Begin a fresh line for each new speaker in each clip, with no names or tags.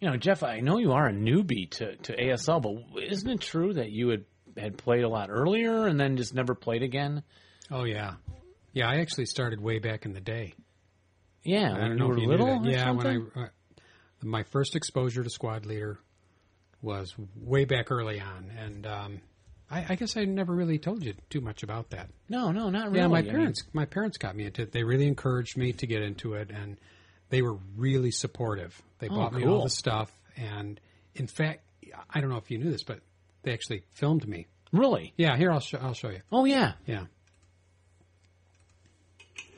you know, Jeff, I know you are a newbie to, to ASL, but isn't it true that you had, had played a lot earlier and then just never played again?
Oh yeah, yeah. I actually started way back in the day.
Yeah,
I
when
don't
you
know
were
if you
little.
knew that.
or
Yeah,
something?
when I uh, my first exposure to squad leader was way back early on, and um, I, I guess I never really told you too much about that.
no, no, not really.
Yeah,
I
my
mean,
parents my parents got me into it. They really encouraged me to get into it and they were really supportive. They bought me all
Oh, cool.
the stuff and in fact, I don't know if you knew this, but they actually filmed me.
really?
Yeah, here I'll show I'll show you.
Oh yeah.
Yeah.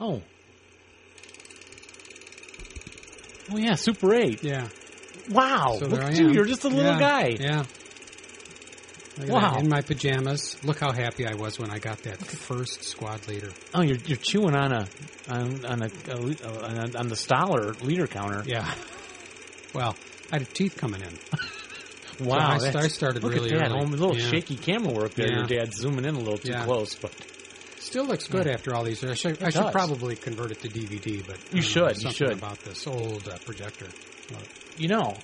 Oh. Oh yeah, Super Eight.
Yeah.
Wow,
So
Oh, look
there I
at you.
am.
You're just a little
Yeah,
guy.
Yeah. Look at
Wow.
that, In my pajamas. Look how happy I was when I got that first squad leader.
Oh, you're you're chewing on a on, on a, a le- on, a- on the Stoller leader counter.
Yeah. Well, I had teeth coming in.
Wow,
I
that's-
st- I started
look
really
at that.
early.
Oh, a little
Yeah.
shaky camera work there.
Yeah.
Your dad's zooming in a little too
Yeah.
close, but
Still looks good after all these. years. I should, I
does.
should probably convert it to DVD, but I
You
don't know,
should, you
something
should.
about this old uh, projector.
you know,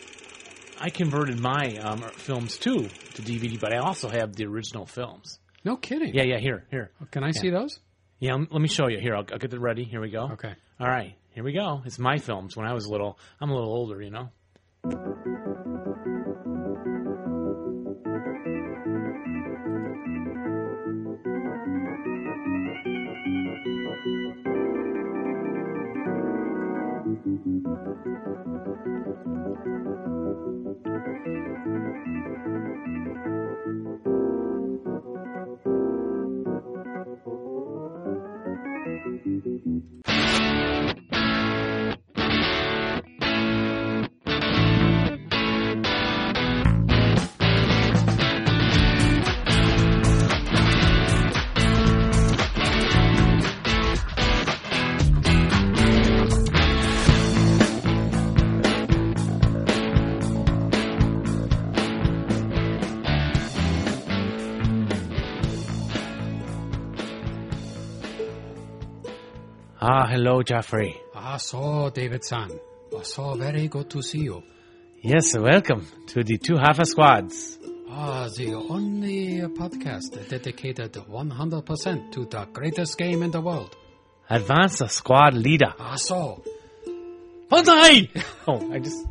I converted my um, films too to DVD, but I also have the original films.
No kidding.
Yeah, yeah. Here, here.
Can I see those?
Yeah, um, let me show you. Here, I'll, I'll get it ready. Here we go.
Okay.
All right, here we go. It's my films when I was little. I'm a little older, you know. Ah, hello, Jeffrey.
Ah, so David San. Ah, so very good to see you.
Yes, welcome to the Two Half Squads.
Ah, the only podcast dedicated 100% to the greatest game in the world.
Advance a squad leader.
Ah, so
Banzai! Oh, I just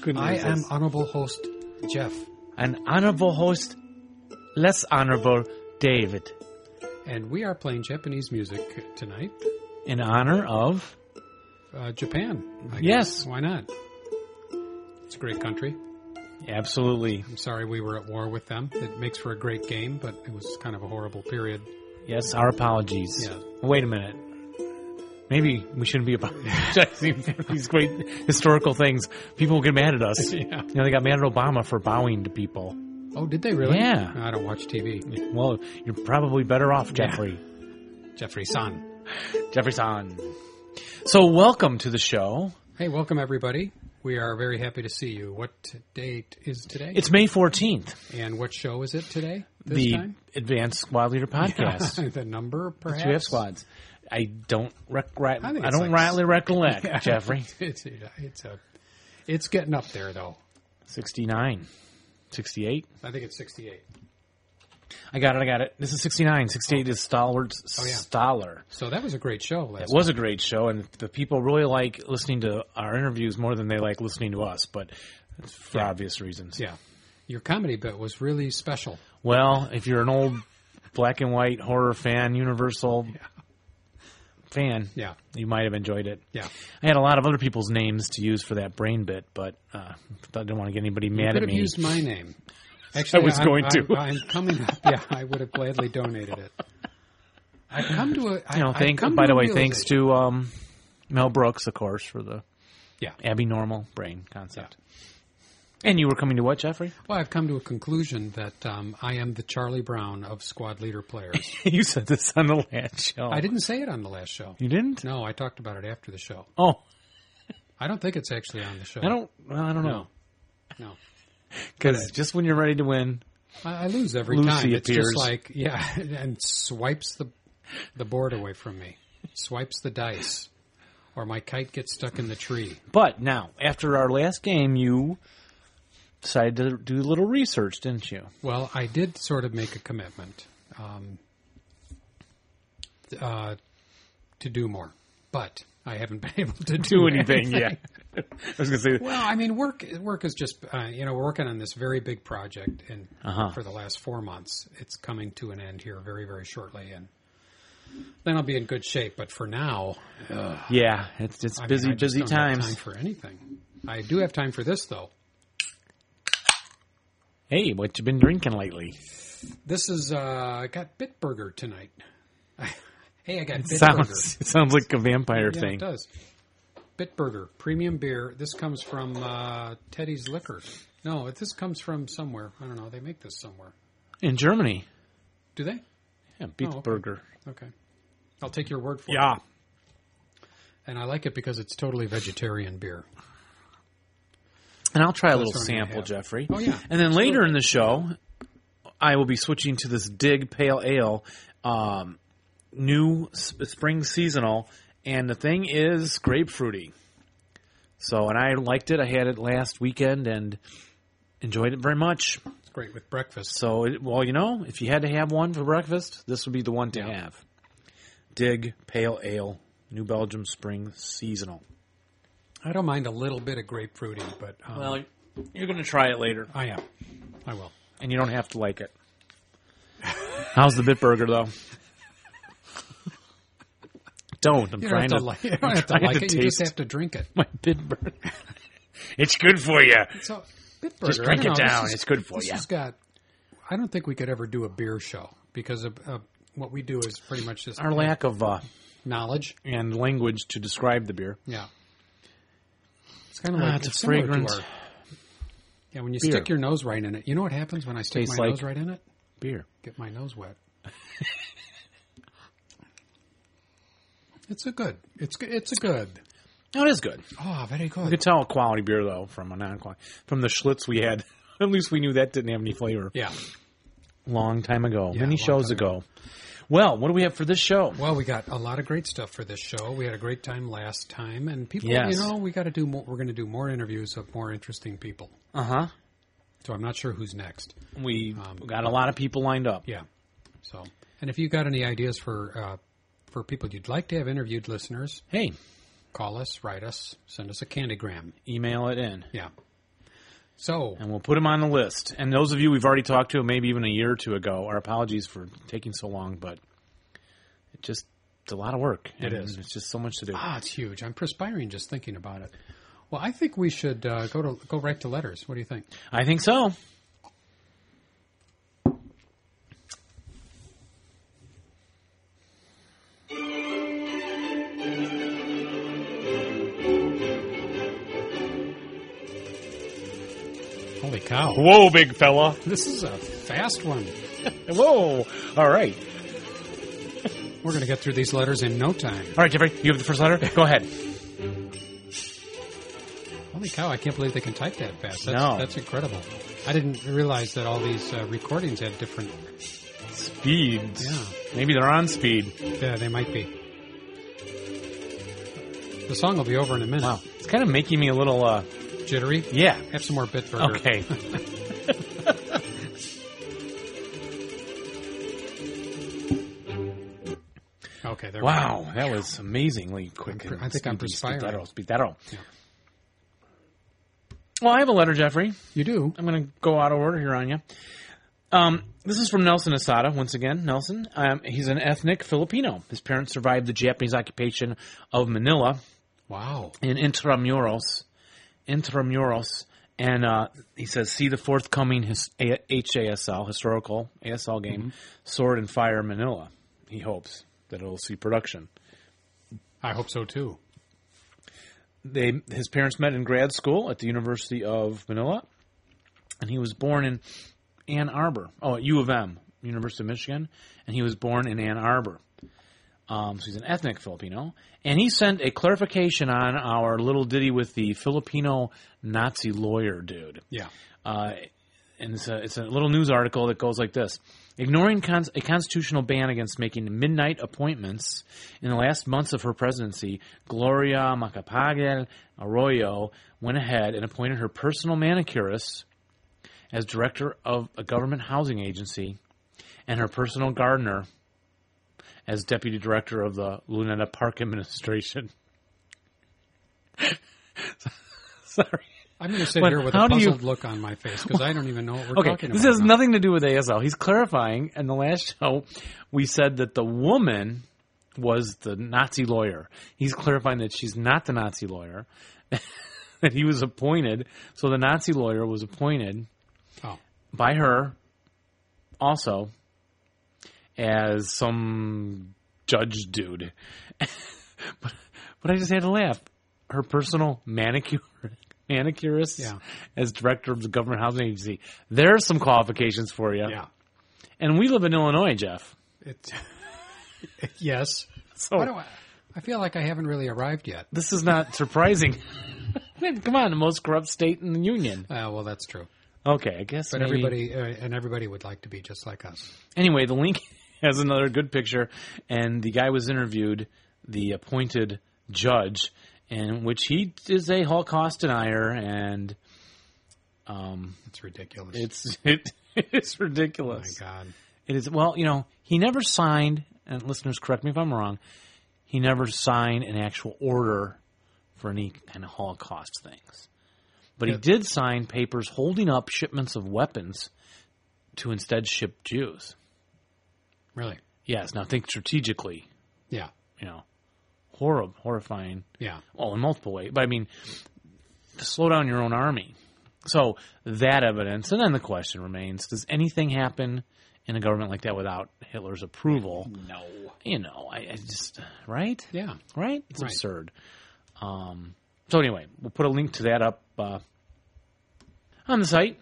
couldn't
I am
resist.
honorable host Jeff,
an honorable host, less honorable David,
and we are playing Japanese music tonight.
in honor of
Uh, Japan. I
Yes.
guess. Why not? It's a great country.
absolutely
I'm sorry we were at war with them. It makes for a great game, but it was kind of a horrible period.
yes. Our apologies.
Yeah.
Wait a minute. Maybe we shouldn't be apologizing for these great historical things. People will get mad at us.
Yeah.
You know, they got mad at Obama for bowing to people.
Oh, did they really?
Yeah.
I don't watch TV.
Well, you're probably better off, Jeffrey.
Jeffrey San.
Jeffrey San. So, welcome to the show.
Hey, welcome everybody. We are very happy to see you. What date is today?
It's May 14th,
and what show is it today? This
the
time?
Advanced Squad Leader podcast.
the number, perhaps.
Two F squads. I don't rec- rec- I,
think it's
don't
like-
rightly recollect, Jeffrey.
It's, it's a. It's getting up there though.
69. 68.
I think it's 68.
I got it. I got it. This is 69. 68 is Stalwart's
Oh. yeah.
Stoller.
So that was a great show last.
It was a great show, and the people really like listening to our interviews more than they like listening to us, but for obvious reasons.
Yeah, your comedy bit was really special.
Well, if you're an old black and white horror fan, Universal fan,
Yeah,
you might have enjoyed it.
yeah.
I had a lot of other people's names to use for that brain bit, but uh, I didn't want to get anybody mad at
could have
me.
used my name. Actually,
was
I'm-
going
I'm-
to.
I'm coming up. Yeah, I would have gladly donated it. I've come to a. I,
you know,
I've
thank,
come
by
to
the
a
way, thanks
realization.
to um, Mel Brooks, of course, for the
Yeah.
abnormal brain concept. And you were coming to what, Jeffrey?
Well, I've come to a conclusion that um, I am the Charlie Brown of squad leader players.
you said this on the last show.
I didn't say it on the last show.
You didn't?
No, I talked about it after the show.
Oh,
I don't think it's actually on the show.
I don't. well, I don't know.
No,
Because just when you're ready to win,
I, I lose every
Lucy
time. It's
appears.
just like yeah, and swipes the the board away from me. Swipes the dice, or my kite gets stuck in the tree.
But now, after our last game, you decided to do a little research, didn't you?
Well, I did sort of make a commitment um, uh, to do more, but I haven't been able to do,
yet. I was going to say,
Well, I mean, work work is just uh, you know we're working on this very big project, and
Uh-huh.
for the last four months, it's coming to an end here very very shortly, and then I'll be in good shape. But for now,
yeah, it's it's
I mean,
busy,
I just
busy
don't have
times.
Time for anything? I do have time for this though.
Hey, what you been drinking lately?
This is uh, I got Bitburger tonight. hey, I got Bitburger.
Sounds it sounds like a vampire
yeah, it
thing.
does. Bitburger premium beer. This comes from uh, Teddy's Liquor. No, this comes from somewhere. I don't know. They make this somewhere.
In Germany,
Do they?
yeah, beats
Oh, okay.
burger.
Okay. I'll take your word for it.
Yeah,
And I like it because it's totally vegetarian beer.
and I'll try a little
what I'm gonna
sample,
have.
Jeffrey.
Oh, yeah.
and then later in the show, I will be switching to this Dig Pale Ale, um, new sp- spring seasonal, and the thing is grapefruity. So, and I liked it. I had it last weekend and enjoyed it very much.
It's great with breakfast.
So, it, well, you know, if you had to have one for breakfast, this would be the one to have. Dig Pale Ale, New Belgium Spring Seasonal.
I don't mind a little bit of grapefruity, but um,
Well, you're going to try it later,
I am. I will.
and you don't have to like it. How's the Bitburger, though? don't. I'm
You don't
trying
have to,
to,
like, you don't have to
trying
like
to
it. You just
taste-
have to drink it.
my Bitburger. it's good for you.
So, Bitburger,
Just
I
drink it
don't know, this
down.
is-
It's good for
this
you.
Has got, I don't think we could ever do a beer show because of, uh, what we do is pretty much just
Our lack of uh,
knowledge.
and language to describe the beer.
Yeah. It's kind of like
Ah, it's a
similar to
fragrance.
our- yeah, when you
Beer.
stick your nose right in it, you know what happens when I stick
Tastes
my
like-
nose right in it?
Beer.
get my nose wet. it's a good. It's good. It's a good.
No, it is good.
Oh, very
You could
good.
tell a quality beer though from a non-quality from the Schlitz we had. At least we knew that didn't have any flavor.
Yeah.
Long time ago, many
long
shows
time
ago. Well, what do we have for this show?
Well, we got a lot of great stuff for this show. We had a great time last time, and people,
Yes.
you know, we got to do more. We're going to do more interviews of more interesting people.
Uh huh.
So I'm not sure who's next.
We got a lot of people lined up.
Um, Yeah. So, and if you got any ideas for uh, for people you'd like to have interviewed, listeners,
Hey,
call us, write us, send us a candygram.
email it in,
Yeah. So
and we'll put them on the list. And those of you we've already talked to, maybe even a year or two ago, our apologies for taking so long, but it just it's a lot of work. It
is.
It's just so much to do.
Ah, it's huge. I'm perspiring just thinking about it. Well, I think we should uh, go to go right to letters. What do you think?
I think so.
Holy cow!
Whoa, big fella.
This is a fast one.
Whoa. All right.
We're going to get through these letters in no time.
All right, Jeffrey, you have the first letter. Go ahead.
Holy cow! I can't believe they can type that fast. That's,
No.
that's incredible. I didn't realize that all these uh, recordings had different.
Speeds.
Yeah.
Maybe they're on speed.
Yeah, they might be. The song will be over in a minute.
Wow. It's kind of making me a little, uh,
Jittery.
yeah.
Have some more Bitburger.
Okay.
Okay. There we go.
Wow. That was amazingly quick.
I'm per-
and
I think I'm
speedy.
perspiring.
Speed that out. Speed that out.
Yeah.
Well, I have a letter, Jeffrey.
You do.
I'm going to go out of order here on you. Um, this is from Nelson Asada, once again. Nelson, um, he's an ethnic Filipino. His parents survived the Japanese occupation of Manila
Wow.
in Intramuros, Intramuros, and uh, he says, "See the forthcoming his- A- HASL historical ASL game, Sword and Fire Manila." He hopes that it'll see production.
I hope so too.
They his parents met in grad school at the University of Manila, and he was born in Ann Arbor. Oh, at U of M, University of Michigan, and he was born in Ann Arbor. Um, so he's an ethnic Filipino, and he sent a clarification on our little ditty with the Filipino Nazi lawyer dude.
Yeah.
Uh, and it's a, it's a little news article that goes like this ignoring cons- a constitutional ban against making midnight appointments in the last months of her presidency gloria macapagal arroyo went ahead and appointed her personal manicurist as director of a government housing agency and her personal gardener as deputy director of the luneta park administration sorry
I'm going to sit
But
here with a
how do you-
puzzled look on my face because I don't even know what we're
Okay,
talking
this
about.
has
now.
nothing to do with ASL. He's clarifying. In the last show, we said that the woman was the Nazi lawyer. He's clarifying that she's not the Nazi lawyer. that he was appointed, so the Nazi lawyer was appointed
Oh,
by her, also as some judge dude. but, but I just had to laugh. Her personal manicure manicurist
Yeah.
as director of the government housing agency. There's some qualifications for you.
yeah.
And we live in Illinois, Jeff.
It, yes.
So
Why do I, I feel like I haven't really arrived yet.
this is not surprising. I mean, Come on, the most corrupt state in the union.
Uh, well, that's true.
Okay, I guess.
But
maybe-
everybody uh, and everybody would like to be just like us.
anyway, the link has another good picture, and the guy was interviewed, the appointed judge, in which he is a Holocaust denier, and
It's ridiculous. Oh
it's it, it's
my
ridiculous.
God.
it is well, you know, he never signed. And listeners, correct me if I'm wrong. He never signed an actual order for any kind of Holocaust things, but he did sign papers holding up shipments of weapons to instead ship Jews.
Really?
Yes, now think strategically.
Yeah.
you know, horrible, horrifying.
Yeah.
Well, in multiple ways, but I mean, to slow down your own army. So that evidence, and then the question remains: Does anything happen in a government like that without Hitler's approval?
No.
You know, I, I just right,
Yeah.
right. It's
Right.
absurd. Um, so anyway, we'll put a link to that up uh, on the site.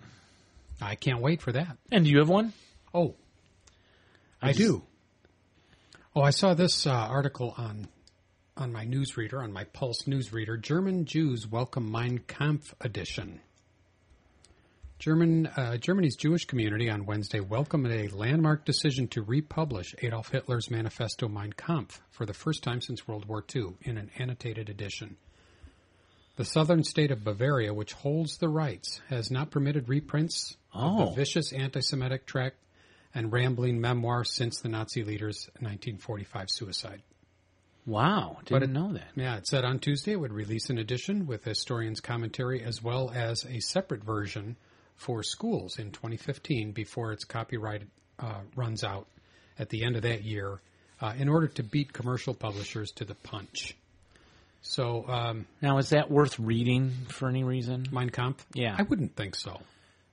I can't wait for that.
And do you have one?
Oh, I,
just-
do. Oh, I saw this uh, article on on my newsreader, on my Pulse newsreader. German Jews welcome Mein Kampf edition. German uh, Germany's Jewish community on Wednesday welcomed a landmark decision to republish Adolf Hitler's manifesto Mein Kampf for the first time since World War II in an annotated edition. The southern state of Bavaria, which holds the rights, has not permitted reprints of
Oh.
the vicious anti-Semitic tract and rambling memoir since the Nazi leader's 1945 suicide.
Wow, didn't know that.
Yeah, it said on Tuesday it would release an edition with historians' commentary as well as a separate version for schools in 2015 before its copyright uh, runs out at the end of that year uh, in order to beat commercial publishers to the punch. So, um,
Now, is that worth reading for any reason?
Mein Kampf?
Yeah.
I wouldn't think so.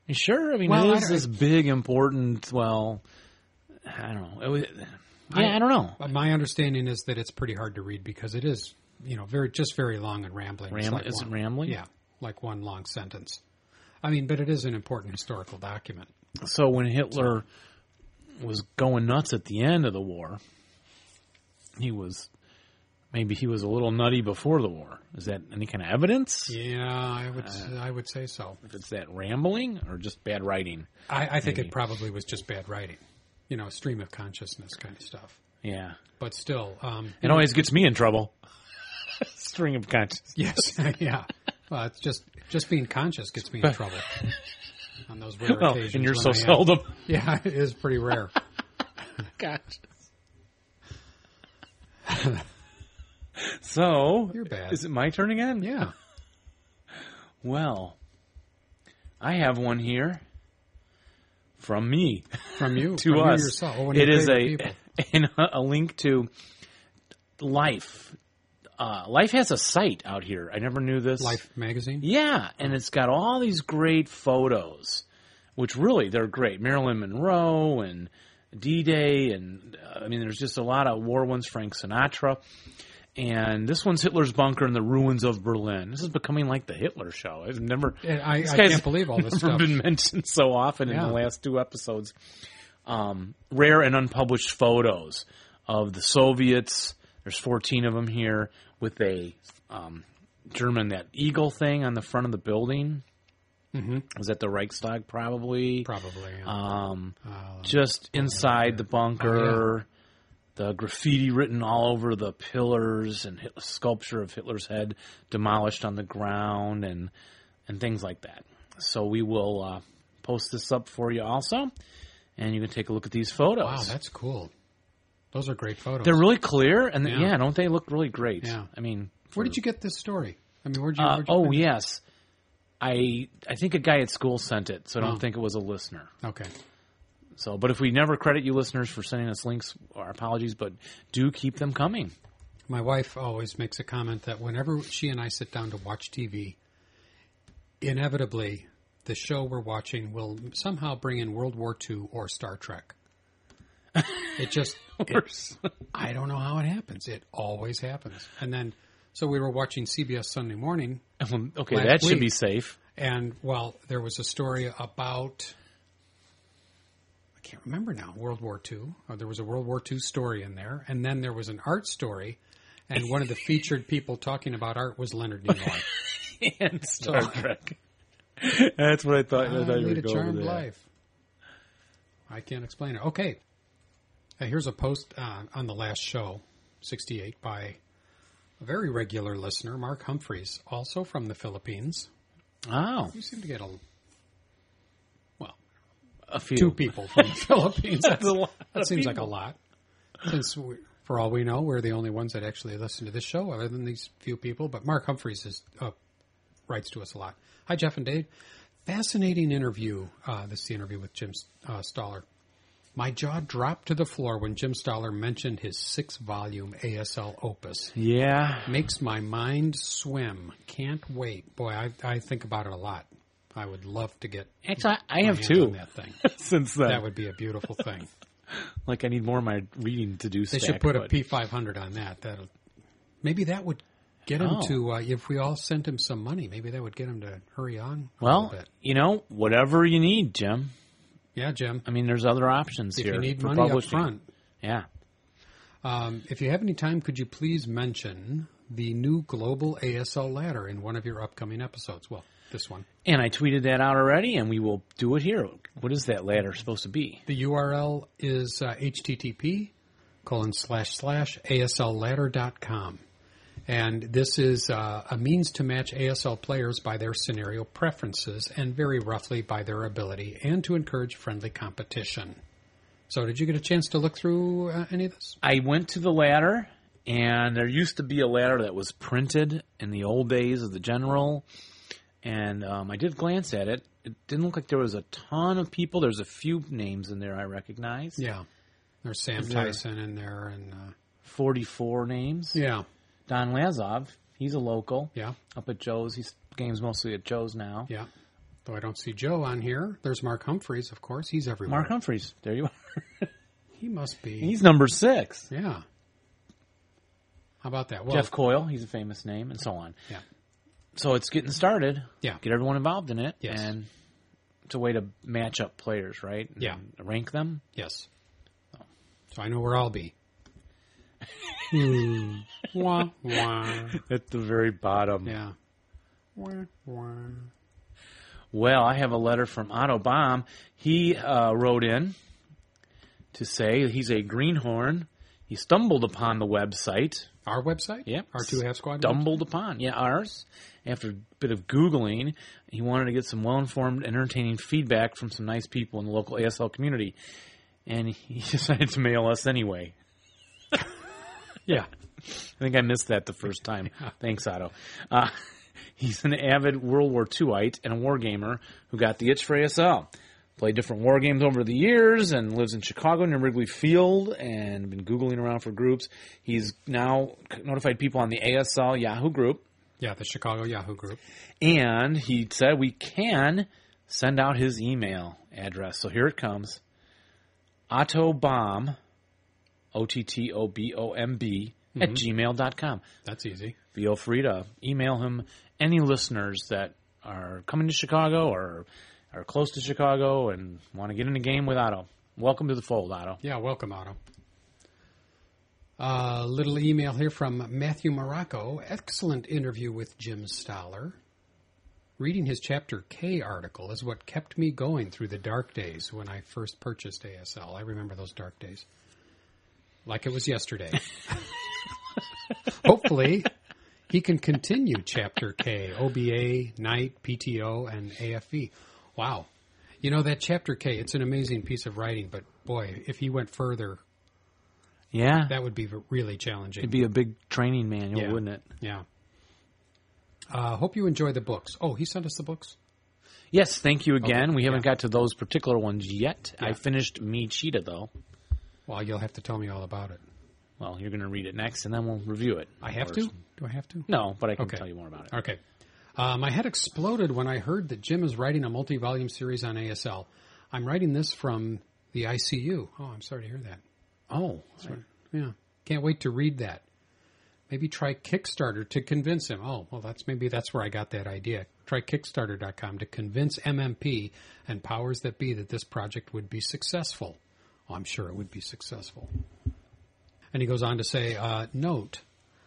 You Sure. I mean, it
Well, I
is
don't-
this big, important. Well, I don't know. It was, yeah, I, don't know.
But Uh, my understanding is that it's pretty hard to read because it is, you know, very just very long and rambling. It's
Ram,
like
is it
one-
rambling?
Yeah, like one long sentence. I mean, but it is an important historical document.
So when Hitler was going nuts at the end of the war, he was maybe he was a little nutty before the war. Is that any kind of evidence?
Yeah, I
Uh,
would I would say so.
If it's that rambling or just bad writing?
I, I think it probably was just bad writing, you know, stream of consciousness kind of stuff.
Yeah,
But still, um,
it always gets me in trouble. String of conscience.
yes, yeah. Well, it's just just being conscious gets me in trouble on those rare
Oh,
occasions.
and you're
when
so
I am.
seldom.
Yeah, it is pretty rare.
Gosh. so
You're bad.
Is it my turn again?
Yeah.
Well, I have one here from me
From you
to
from
us.
You yourself. One of
it
your
is
favorite
a
people.
and a link to life. Uh, life has a site out here. I never knew this.
Life magazine.
Yeah, and it's got all these great photos, which really they're great. Marilyn Monroe and D Day, and uh, I mean, there's just a lot of war ones. Frank Sinatra, and this one's Hitler's bunker and the ruins of Berlin. This is becoming like the Hitler show. I've never
And I, I
guy's
can't believe all this
never
stuff.
been mentioned so often in
Yeah.
the last two episodes. Um, rare and unpublished photos of the Soviets. There's 14 of them here with a um, German that eagle thing on the front of the building. Was at the Reichstag, probably.
Mm-hmm. Probably. yeah.
Um,
Uh,
just inside the
Oh,
bunker, the graffiti written all over the pillars, and Hitler, sculpture of Hitler's head demolished on the ground, and and things like that. So we will uh, post this up for you also, and you can take a look at these photos.
wow, that's cool. Those are great photos.
They're really clear, and yeah.
Yeah.
don't they look really great?
Yeah.
I mean,
Where did you get this story? I mean, where'd you?
uh,
where'd you
oh
find it?
yes, I I think a guy at school sent it, so I don't
Oh.
think it was a listener.
Okay.
So, but if we never credit you listeners for sending us links, our apologies, but do keep them coming.
My wife always makes a comment that whenever she and I sit down to watch TV, inevitably the show we're watching will somehow bring in World War II or Star Trek. It just, it, I don't know how it happens. It always happens. And then, so we were watching CBS Sunday Morning,
okay,
Last
that should be
week.
safe.
and well, there was a story about, I can't remember now, World War II. Or there was a World War II story in there, and then there was an art story, and one of the featured people talking about art was Leonard Nimoy.
and Star Trek. That's what I thought. I
Ah,
thought you
lead
were
a
going
charmed
with that.
life. I can't explain it. Okay. Uh, here's a post uh, on the last show, 68, by a very regular listener, Mark Humphreys, also from the Philippines.
Oh,
We seem to get a, well,
a few.
two people from the Philippines. That's,
a lot
that
of
seems like a
people.
lot. Since, we, for all we know, we're the only ones that actually listen to this show, other than these few people. But Mark Humphreys is, uh, writes to us a lot. Hi, Jeff and Dave. Fascinating interview. Uh, this is the interview with Jim uh, Stoller. My jaw dropped to the floor when Jim Stoller mentioned his six volume ASL opus.
Yeah,
Makes my mind swim. Can't wait. Boy, I, I think about it a lot. I would love to get
actually, I, I
my
have
hands on
two
that thing.
since then.
That would be a beautiful thing.
like, I need more of my reading to do.
They should put a P five hundred on that. That will maybe that would get him
Oh.
to. Uh, if we all sent him some money, maybe that would get him to hurry on. A
Well,
little bit.
you know, whatever you need, Jim.
yeah, Jim.
I mean, there's other options
If
here
you need
for
money up
publishing.
front,
Yeah.
um, if you have any time, could you please mention the new global ASL ladder in one of your upcoming episodes? Well, this one.
And I tweeted that out already, and we will do it here. What is that ladder supposed to be?
The URL is uh, http colon slash slash aslladder.com. And this is uh, a means to match ASL players by their scenario preferences and very roughly by their ability and to encourage friendly competition. So, did you get a chance to look through uh, any of this?
I went to the ladder, and there used to be a ladder that was printed in the old days of the General, and um, I did glance at it. It didn't look like there was a ton of people. There's a few names in there I recognize.
Yeah. There's Sam
there-
Tyson in there and, uh,
44 names.
yeah,
Don Lazov, he's a local
yeah,
up at Joe's. He's games mostly at Joe's now.
yeah. Though I don't see Joe on here. There's Mark Humphreys, of course. He's everywhere.
Mark Humphreys, there you are.
He must be.
He's number six.
Yeah. How about that? Well,
Jeff Coyle, he's a famous name, and so on.
Yeah.
So it's getting started.
Yeah.
Get everyone involved in it.
Yes.
And it's a way to match up players, right? And
Yeah.
Rank them.
Yes. Oh, So I know where I'll be. Hmm. wah, wah.
At the very bottom.
Yeah. Wah, wah.
Well, I have a letter from Otto Baum. He uh, wrote in to say he's a greenhorn. He stumbled upon the website.
Our website?
Yep.
Our two half squad? website?
Stumbled upon, yeah, ours. After a bit of Googling, he wanted to get some well informed, entertaining feedback from some nice people in the local ASL community. And he decided to mail us anyway.
Yeah.
I think I missed that the first time. Thanks, Otto. Uh, he's an avid World War IIite and a wargamer who got the itch for ASL. Played different war games over the years and lives in Chicago near Wrigley Field and been Googling around for groups. He's now notified people on the ASL Yahoo group
Yeah, the Chicago Yahoo group.
and he said we can send out his email address. So here it comes. Otto Bomb, O T T O B O M B, at gmail.com
That's easy.
feel free to email him any listeners that are coming to Chicago or are close to Chicago and want to get in a game with Otto. Welcome to the fold, Otto.
Yeah, welcome, Otto. A little email here from Matthew Morocco. Excellent interview with Jim Stoller. Reading his Chapter K article is what kept me going through the dark days when I first purchased ASL. I remember those dark days. Like it was yesterday. Hopefully, he can continue Chapter K, OBA, Night, PTO, and AFE. Wow. You know, that Chapter K, it's an amazing piece of writing, but boy, if he went further,
Yeah.
that would be really
It'd
challenging.
be a big training manual,
Yeah.
wouldn't it?
Yeah. Uh, hope you enjoy the books. Oh, he sent us the books?
Yes, thank you again.
Okay,
we haven't
yeah.
got to those particular ones yet. I
Yeah.
finished Me Cheetah, though.
Well, you'll have to tell me all about it.
Well, you're going to read it next, and then we'll review it.
I have
Or-
to? Do I have to?
No, but I can
Okay.
tell you more about it.
Okay. Uh, my head exploded when I heard that Jim is writing a multi volume series on ASL. I'm writing this from the ICU. Oh, I'm sorry to hear that.
Oh,
Yeah. Can't wait to read that. Maybe try Kickstarter to convince him. Oh, well, that's maybe that's where I got that idea. Try Kickstarter.com to convince MMP and powers that be that this project would be successful. Oh, I'm sure it would be successful. And he goes on to say, uh, note,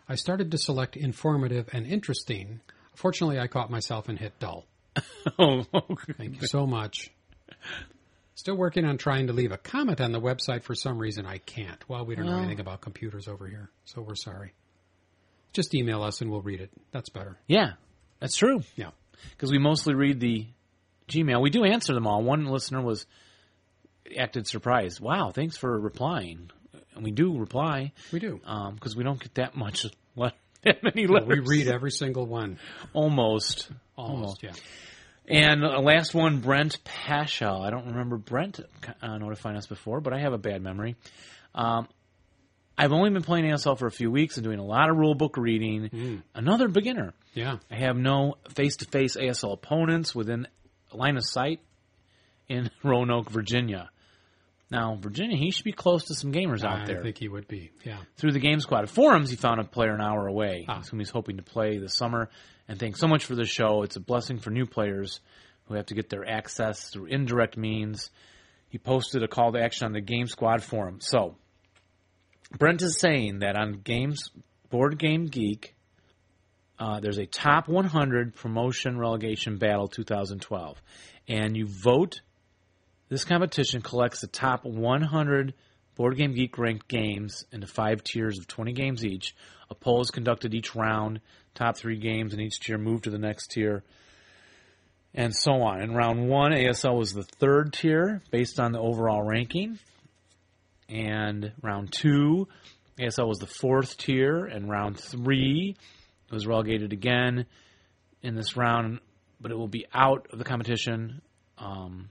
I started to select informative and interesting. Fortunately, I caught myself and hit dull.
oh, okay.
Thank you so much. Still working on trying to leave a comment on the website. For some reason, I can't. Well, we don't know
Well.
anything about computers over here, so we're sorry. Just email us and we'll read it. That's better.
yeah, that's true.
Yeah.
Because we mostly read the Gmail. We do answer them all. One listener was acted surprised. Wow, thanks for replying. And we do reply
We do.
because we don't get that much le- that many letters.
We read every single one.
almost.
Almost, yeah.
And uh, last one, Brent Pasha. I don't remember Brent uh, notifying us before, but I have a bad memory. Um, I've only been playing ASL for a few weeks and doing a lot of rule book reading.
Mm.
Another beginner.
Yeah.
I have no face to face ASL opponents within line of sight in Roanoke, Virginia. Now, Virginia, he should be close to some gamers out
I
there.
think he would be. Yeah.
Through the Game Squad forums, he found a player an hour away
Ah.
whom he's hoping to play this summer. And thanks so much for the show. It's a blessing for new players who have to get their access through indirect means. He posted a call to action on the Game Squad forum. So, Brent is saying that on Games Board Game Geek, uh, there's a top 100 promotion relegation battle 2012, and you vote. This competition collects the top 100 Board Game Geek ranked games into five tiers of 20 games each. A poll is conducted each round. Top three games in each tier move to the next tier, and so on. In round one, ASL was the third tier based on the overall ranking, and round two, ASL was the fourth tier, and round three it was relegated again in this round, but it will be out of the competition. Um,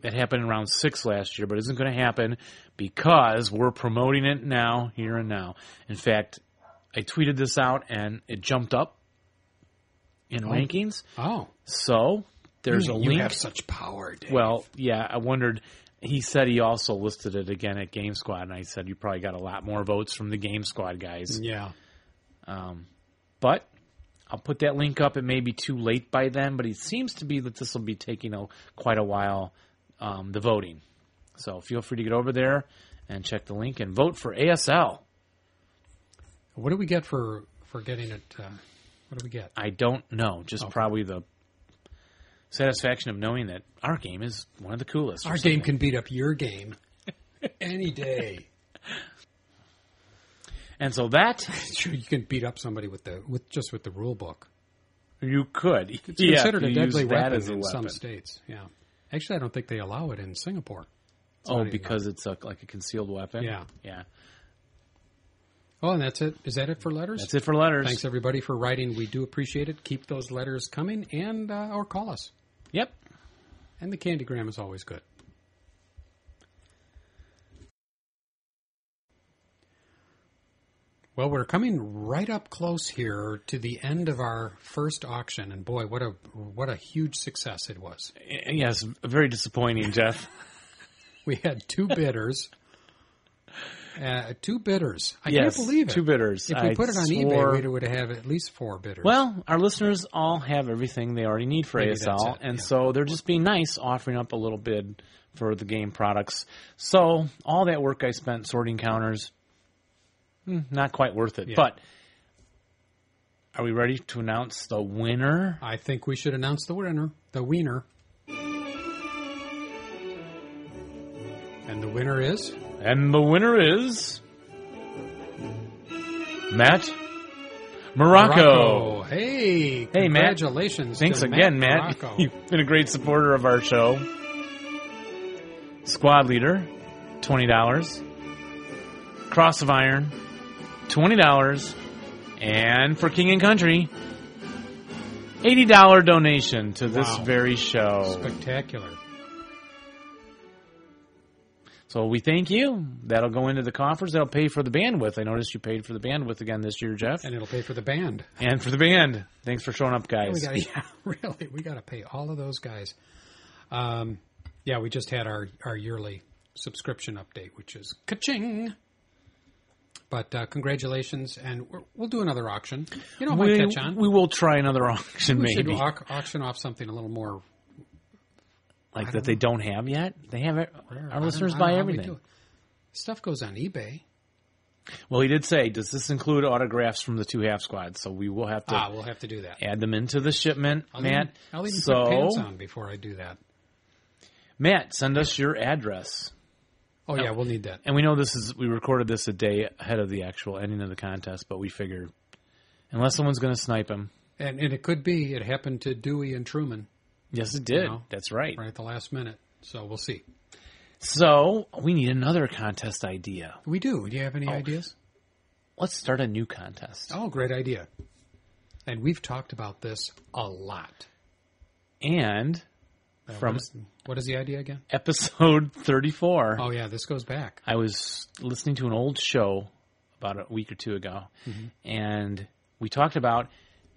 that happened in round six last year, but isn't going to happen because we're promoting it now, here and now. In fact, I tweeted this out and it jumped up in rankings.
Oh.
So there's a
Hmm, you
link.
have such power, Dave.
Well, yeah, I wondered. He said he also listed it again at Game Squad, and I said you probably got a lot more votes from the Game Squad guys.
yeah.
But I'll put that link up. It may be too late by then, but it seems to be that this will be taking a, quite a while, um, the voting. So feel free to get over there and check the link and vote for ASL.
What do we get for, for getting it? Uh, what do we get?
I don't know, just probably the satisfaction of knowing that our game is one of the coolest. or
Our
something.
game can beat up your game any day.
and so that
Sure, you can beat up somebody with the with just with the rule book.
you could, it's
It's considered a deadly weapon in some states. Yeah, actually, I don't think they allow it in Singapore.
Oh,
not even-
because it's a, like a concealed weapon.
Yeah.
yeah.
Oh, and that's it. Is that it for letters?
That's it for letters.
Thanks everybody for writing. We do appreciate it. Keep those letters coming, and uh, or call us.
Yep.
And the candygram is always good. Well, we're coming right up close here to the end of our first auction, and boy, what a what a huge success it was.
Y- Yes, very disappointing, Jeff.
We had two bidders. Uh, two bidders. I
yes,
can't believe it.
Two bidders.
If we
I
put it on
swore-
eBay, we would have at least four bidders.
Well, our listeners all have everything they already need for
Maybe that's
ASL,
it,
and
yeah.
so they're just being nice, offering up a little bid for the game products. So all that work I spent sorting counters, hmm, not quite worth it.
Yeah.
But Are we ready to announce the winner?
I think we should announce the winner. The wiener. And the winner is
And the winner is Matt Morocco.
Morocco. Hey,
Hey, Matt.
congratulations!
Thanks
to
again, Matt.
Morocco.
You've been a great supporter of our show. Squad leader, twenty dollars. Cross of Iron, twenty dollars, and for King and Country, eighty dollar donation to this
Wow.
very show.
Spectacular.
So we thank you. That'll go into the coffers. That'll pay for the bandwidth. I noticed you paid for the bandwidth again this year, Jeff,
And it'll pay for the band.
and for the band. Thanks for showing up,
We
guys.
got yeah, really. We got to pay all of those guys. Um, yeah, we just had our our yearly subscription update, which is ka-ching. But uh, congratulations, and we're, we'll do another auction. You know, it might
we,
catch on.
we will try another auction,
We should
maybe.
au- auction off something a little more.
like that they don't have yet. They have it.
I
Our
don't-
listeners
I don't
buy
know how we do
everything.
it. Stuff goes on eBay.
Well, he did say, "Does this include autographs from the two half squads?" So we will have to
Ah, Um, we'll have to do that.
add them into the shipment,
I'll
Matt.
even, I'll even
so,
put pants on before I do that.
Matt, send us your address.
Oh yeah, we'll need that.
And we know this is we recorded this a day ahead of the actual ending of the contest, but we figured unless someone's going to snipe him,
And and it could be it happened to Dewey and Truman
yes, it did.
No.
That's right.
right at the last minute. So we'll see.
So we need another contest idea.
We do. Do you have any ideas?
Let's start a new contest.
Oh, great idea. And we've talked about this a lot.
And
Uh,
From-
what is, what is the idea again?
episode thirty-four.
Oh yeah, this goes back.
I was listening to an old show about a week or two ago,
Mm-hmm.
and we talked about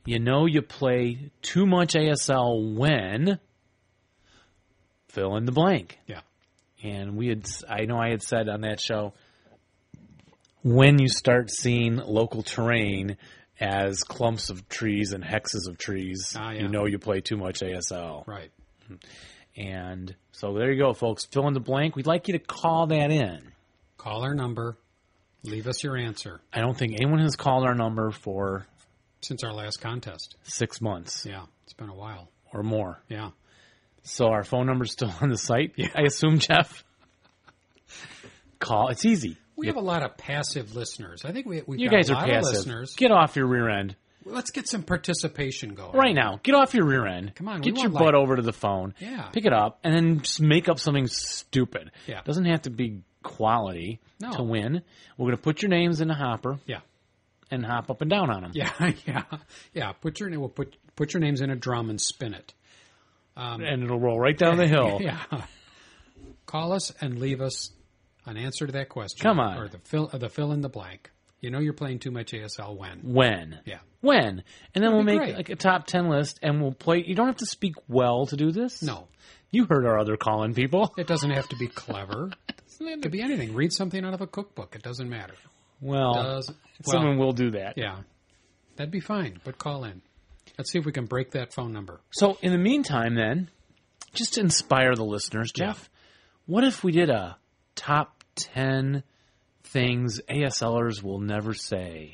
you know you play too much ASL when fill in the blank,
Yeah.
and we had I know I had said on that show when you start seeing local terrain as clumps of trees and hexes of trees,
Ah, yeah.
you know you play too much ASL.
Right.
And so there you go, folks. Fill in the blank. We'd like you to call that in.
Call our number. Leave us your answer
I don't think anyone has called our number for
since our last contest.
six months
Yeah, it's been a while.
or more.
Yeah.
So our phone number's still on the site. I assume, Jeff. Call. It's easy.
We have a lot of passive listeners. I think we we've
You
got
guys
a
are
lot of
passive.
listeners.
Get off your rear end
Let's get some participation going.
right now. Get off your rear end.
Come on, we
Get your
want,
butt
like-
over to the phone.
Yeah.
Pick it up and then just make up something stupid.
Yeah.
Doesn't have to be quality
No.
to win. We're gonna put your names in a hopper
Yeah.
and hop up and down on them.
Yeah, yeah, yeah. Put your we'll put put your names in a drum and spin it.
And it'll roll right down the hill.
Yeah. Call us and leave us an answer to that question.
Come on.
or the fill or the fill in the blank. You know you're playing too much ASL when.
When?
Yeah,
when and then we'll
be
make
great.
like a top 10 list and we'll play you don't have to speak well to do this
no,
you heard our other call-in people
it doesn't have to be clever. it could be anything. Read something out of a cookbook. It doesn't matter.
well
Does well,
Uh, someone will do that
yeah, that'd be fine. But call in. Let's see if we can break that phone number.
so in the meantime then just to inspire the listeners jeff what if we did a top 10 things aslers will never say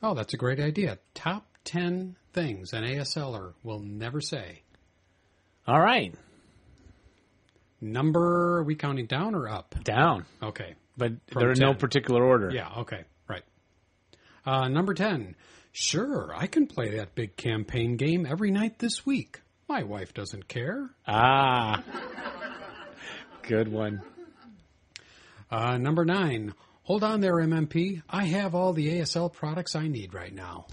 Oh, that's a great idea. Top ten things an ASLer er will never say.
all right
Number? Are we counting down or up?
down
Okay.
but they're in no
10.
particular order
Yeah. Okay. Right. Uh, number ten. Sure, I can play that big campaign game every night this week. My wife doesn't care.
ah good one
Uh, number nine. Hold on there, MMP. I have all the ASL products I need right now.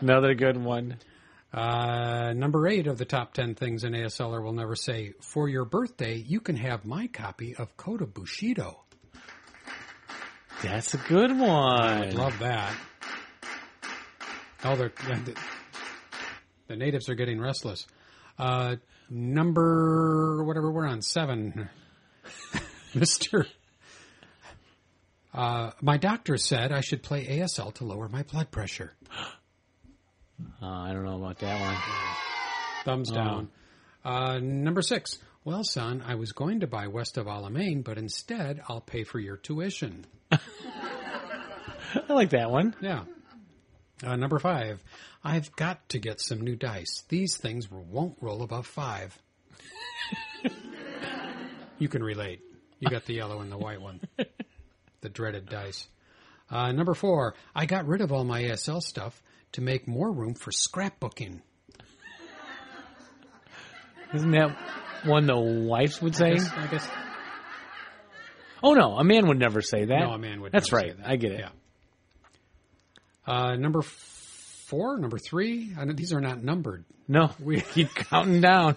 another good one
Uh, number eight of the top ten things an ASLer er will never say. For your birthday, you can have my copy of Coda Bushido.
that's a good one
Love that. Oh, they're, the, the natives are getting restless. Uh, number whatever we're on seven, Mister. Uh, my doctor said I should play ASL to lower my blood pressure.
Uh, I don't know about that one.
Thumbs down. Oh. Uh, number six. Well, son, I was going to buy West of Alamein, but instead I'll pay for your tuition.
I like that one.
Yeah. Uh, number five, I've got to get some new dice. These things won't roll above five. you can relate. You got the yellow and the white one, the dreaded dice. Uh, number four, I got rid of all my ASL stuff to make more room for scrapbooking.
Isn't that one the wife would say?
I guess
Oh no, a man would never say that.
no, a man would.
That's
never
right.
Say that.
I get it.
Yeah. Uh, number f- four, number three. I know these are not numbered.
No, we keep counting down,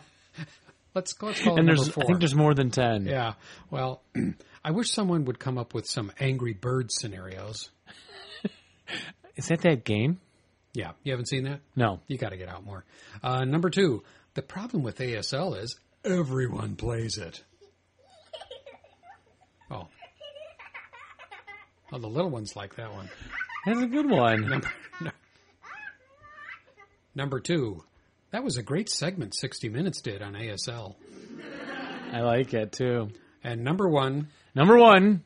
Let's go. Let's call it
and
Oh, number
there's
four.
I think there's more than ten.
Yeah. Well, I wish someone would come up with some Angry Bird scenarios.
Is that that game?
Yeah. You haven't seen that?
No,
You got to get out more. Uh, number two, the problem with ASL is everyone plays it. Oh. Oh, the little ones like that one.
that's a good one.
Number, number two, that was a great segment 60 Minutes did on ASL.
I like it too.
And number one,
Number one.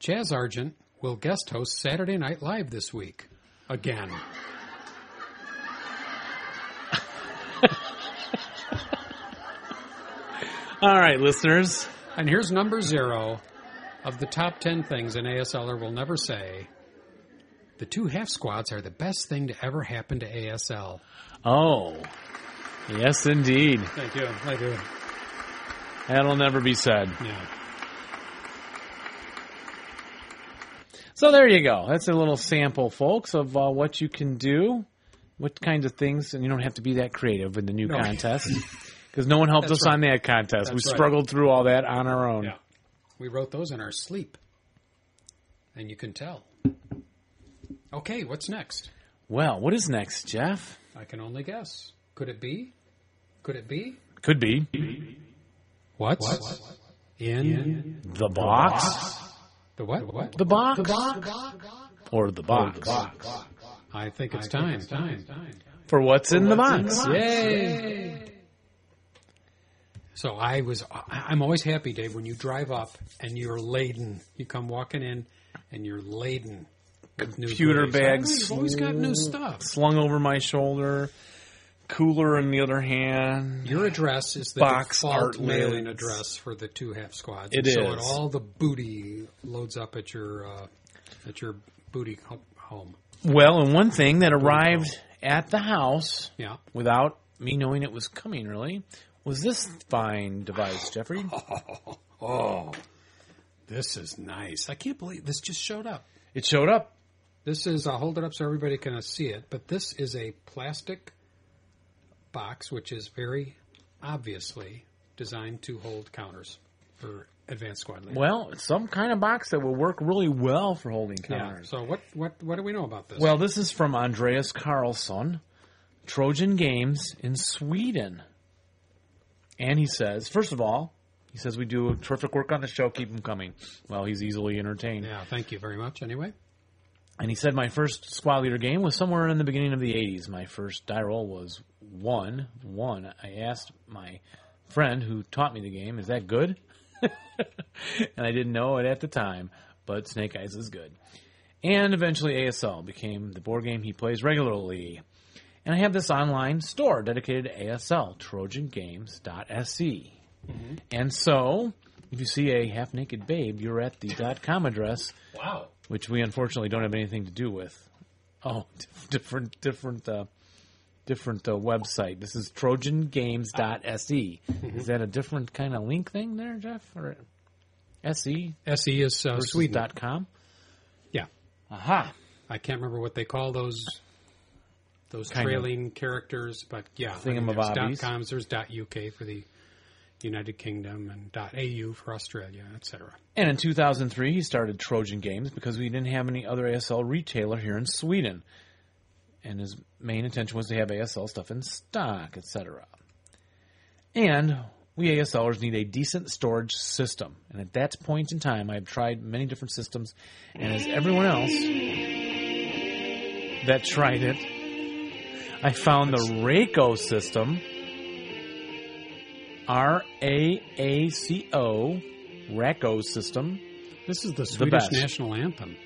Chaz Argent will guest host Saturday Night Live this week. Again.
All right, listeners.
And here's number zero of the top 10 things an ASLer will never say. The two half squats are the best thing to ever happen to ASL.
Oh, yes, indeed.
Thank you. Thank you.
That'll never be said.
Yeah.
So there you go. That's a little sample, folks, of uh, what you can do, what kinds of things, and you don't have to be that creative in the new
No.
contest because no one helped
That's
us on that contest. we
That's right.
struggled through all that on our own.
Yeah. We wrote those in our sleep. And you can tell. Okay, what's next?
Well, what is next, Jeff?
I can only guess. Could it be? Could it be?
Could be
What's In,
the box,
the what? What?
the box, or the box,
I think it's time. time.
for what's in the box.
Yay! So I was, I- I'm always happy, Dave, when you drive up and you're laden. You come walking in and you're laden. With new
Computer
goodies.
bags.
Oh, You've always got new stuff.
Slung over my shoulder, cooler in the other hand.
Your address is the
Box
default
art
mailing
lids.
address for the two half squads.
It
so
is.
it- all the booty loads up at your uh, at your booty ho- home.
Well, and one thing that arrived at the house
Yeah.
without me knowing it was coming, really, was this fine device, Jeffrey.
Oh, this is nice. I can't believe this just showed up.
It showed up.
This is, I'll hold it up so everybody can uh, see it, but this is a plastic box which is very obviously designed to hold counters for advanced squad leaders.
Well, it's some kind of box that will work really well for holding
yeah.
counters.
So what, what what do we know about this?
Well, this is from Andreas Carlson, Trojan Games in Sweden. And he says, first of all, he says, we do terrific work on the show. Keep them coming. Well, he's easily entertained.
yeah, thank you very much anyway.
And he said, my first squad leader game was somewhere in the beginning of the 80s. My first die roll was one. One. I asked my friend who taught me the game, is that good? and I didn't know it at the time, but Snake Eyes is good. And eventually ASL became the board game he plays regularly. And I have this online store dedicated to ASL, trojangames.se. E. And so, if you see a half naked babe, you're at the dot com address
Wow.
which we unfortunately don't have anything to do with. Oh, dif- different, different, uh, different uh, website. This is TrojanGames.se. E. Is that a different kind of link thing there, Jeff, or se
SE is uh, Sweden.
dot com?
Yeah.
Aha!
I can't remember what they call those those
Kind of
trailing characters, but yeah, I mean, there's
Thingamabobbies.
dot coms, there's dot UK for the United Kingdom and dot AU for Australia, etc.
And in 2003, he started Trojan Games because we didn't have any other ASL retailer here in Sweden, and his main intention was to have ASL stuff in stock, etc. And we ASLers need a decent storage system, and at that point in time, I have tried many different systems, and as everyone else that tried it, I found the Rayco system. R A A C O Racco system.
This is the Swedish
best.
national anthem.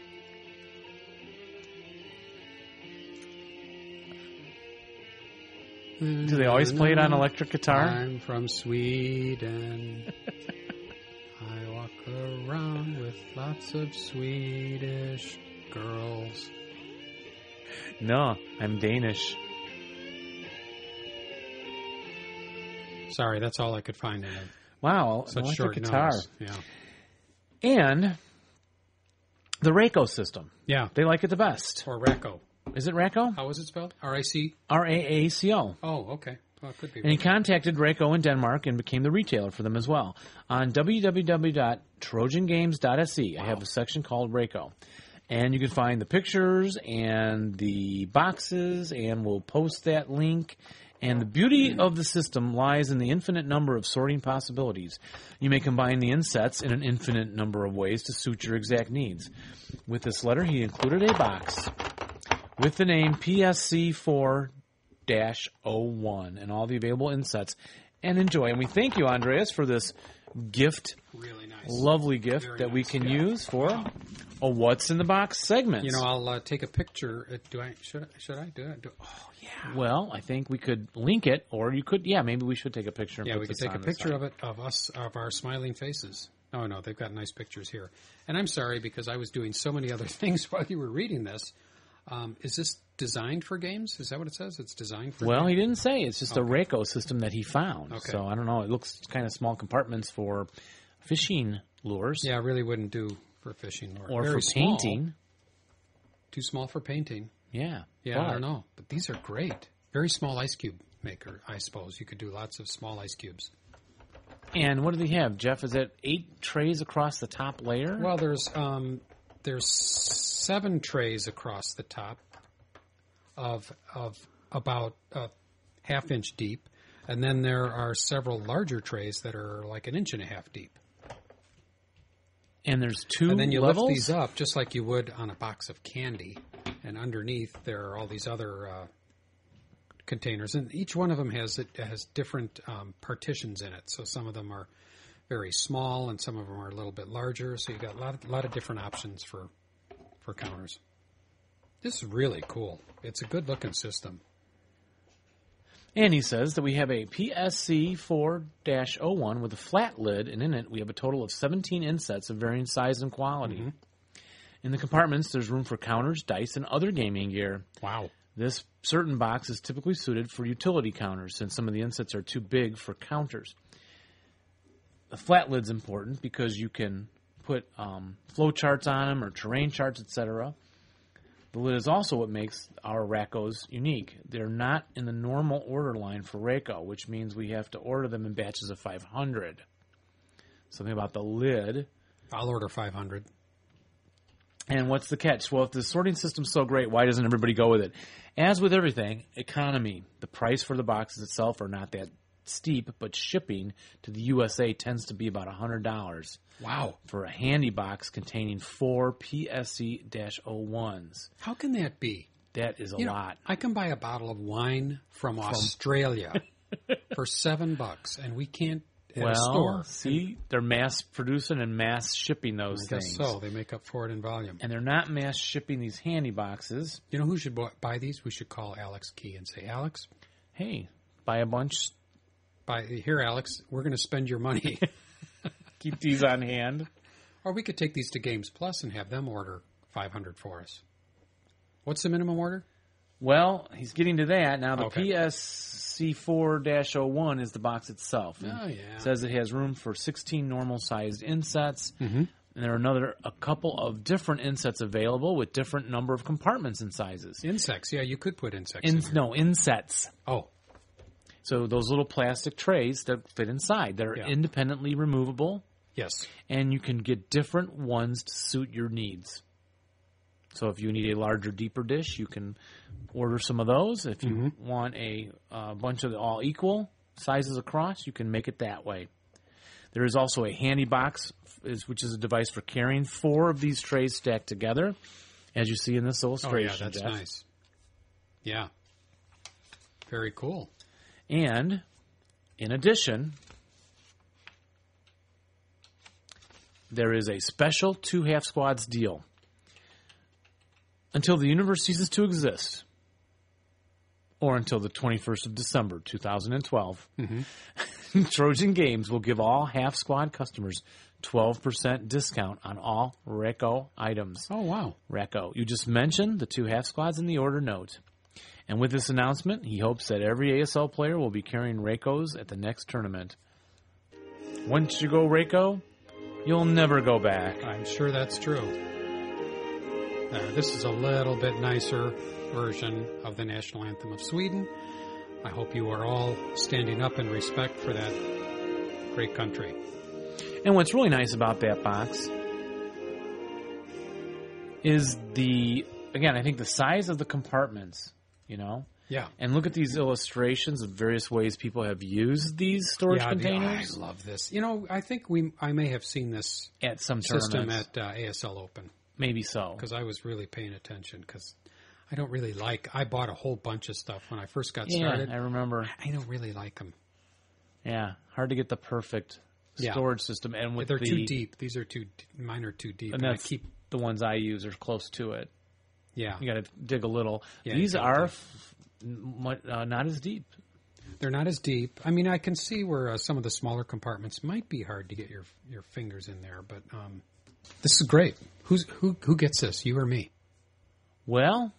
Do they always play it on electric guitar?
I'm from Sweden. I walk around with lots of Swedish
Uh,
girls.
No, I'm Danish.
Sorry, that's all I could find in it.
Wow,
Such
electric
short
guitar.
notice. Yeah.
And the Rayco system.
Yeah.
They like it the best.
Or Racco.
Is it Rayco?
How was it spelled? R I C.
R A A C O.
Oh, okay. Well, it could be.
And he contacted Rayco in Denmark and became the retailer for them as well. On www.trojangames.se, E, I have a section called Rayco. And you can find the pictures and the boxes, and we'll post that link. And the beauty of the system lies in the infinite number of sorting possibilities. You may combine the insets in an infinite number of ways to suit your exact needs. With this letter, he included a box with the name PSC4 01 and all the available insets and enjoy. And we thank you, Andreas, for this gift,
Really nice.
lovely gift
Very
that we
nice,
can
yeah.
use for a What's in the Box segment.
You know, I'll uh, take a picture. Uh, do I? Should I? Should I do it? Do, oh, yeah.
well, I think we could link it, or you could, yeah, maybe we should take a picture. and
Yeah,
put
we could
this
take a
on the
picture
site.
of it of us of our smiling faces. No, no, they've got nice pictures here. And I'm sorry because I was doing so many other things while you were reading this. Um, is this designed for games? Is that what it says? It's designed for.
Well, he didn't say. It's just a Reiko system that he found.
Okay.
So I don't know. It looks kind of small compartments for fishing lures
yeah, I really wouldn't do for fishing or,
or
very
for
small.
painting.
Too small for painting.
Yeah.
Yeah, I
But-
don't know, but these are great. Very small ice cube maker, I suppose. You could do lots of small ice cubes.
And what do they have, Jeff? Is it eight trays across the top layer?
Well, there's um, there's seven trays across the top of of about a half inch deep, and then there are several larger trays that are like an inch and a half deep.
and there's two
And then you
levels.
lift these up just like you would on a box of candy, and underneath there are all these other uh, containers, and each one of them has it has different um, partitions in it. So some of them are very small, and some of them are a little bit larger. So you got a lot of, lot of different options for for counters. This is really cool. It's a good looking system.
And he says that we have a PSC 4 01 with a flat lid, and in it we have a total of 17 insets of varying size and quality.
Mm-hmm.
In the compartments, there's room for counters, dice, and other gaming gear.
Wow.
This certain box is typically suited for utility counters, since some of the insets are too big for counters. The flat lid's important because you can put um, flow charts on them or terrain charts, etc. The lid is also what makes our Raccos unique. They're not in the normal order line for Racco, which means we have to order them in batches of 500. Something about the lid
I'll order 500.
and what's the catch? Well, if the sorting system's so great, why doesn't everybody go with it? As with everything, economy, the price for the boxes itself are not that steep, but shipping to the USA tends to be about $100
Wow.
for a handy box containing four E PSC 01s.
How can that be?
That is a
You know,
lot.
I can buy a bottle of wine from Australia for seven bucks, and we can't at a
Well,
store.
see, they're mass producing and mass shipping those
I
things.
guess so. They make up for it in volume.
And they're not mass shipping these handy boxes.
You know who should bu- buy these? We should call Alex Key and say, Alex,
Hey, buy a bunch,
buy here, Alex. We're going to spend your money,
keep these on hand.
or we could take these to Games Plus and have them order five hundred for us. What's the minimum order?
Well, he's getting to that. Now, the
Okay.
PSC4 01 is the box itself. and
Oh, yeah.
It says it has room for 16 normal sized insets.
Mm-hmm.
And there are another a couple of different insets available with different number of compartments and sizes.
Insects. Yeah, you could put insects. in
In,
here.
no, insets.
Oh,
So those little plastic trays that fit inside, they're
Yeah.
independently removable,
yes.
and you can get different ones to suit your needs. So if you need a larger, deeper dish, you can order some of those. If you
Mm-hmm.
want a uh, bunch of the all equal sizes across, you can make it that way. There is also a handy box, is, which is a device for carrying four of these trays stacked together, as you see in this
Oh,
illustration.
yeah, that's
Jeff.
nice. Yeah. Very cool.
And in addition, there is a special two half squads deal. Until the universe ceases to exist, or until the 21st of December 2012, Trojan Games will give all half squad customers 12% discount on all Reco items.
Oh, wow.
Recco. You just mentioned the two half squads in the order note. And with this announcement, he hopes that every ASL player will be carrying Reccos at the next tournament. Once you go Recco, you'll never go back.
I'm sure that's true. Now, this is a little bit nicer version of the national anthem of Sweden. I hope you are all standing up in respect for that great country.
And what's really nice about that box is the, again, I think the size of the compartments, you know?
Yeah.
And look at these illustrations of various ways people have used these storage
yeah, the-
containers
I love this. You know, I think we I may have seen this
at some
system
tournaments.
at uh, ASL Open
Maybe so.
because I was really paying attention because I don't really like. I bought a whole bunch of stuff when I first got
Yeah,
started.
I remember.
I don't really like them.
Yeah, hard to get the perfect
Yeah.
storage system, and with
They're
the
too deep. These are too d- mine are too deep.
and
And I
that's
keep
the ones I use are close to it.
yeah.
You got to dig a little.
Yeah,
These
you gotta
are
dig.
f- m- mu- uh, not as deep.
They're not as deep. I mean, I can see where uh, some of the smaller compartments might be hard to get your your fingers in there, but um, this is great. Who's who? Who gets this? You or me?
Well,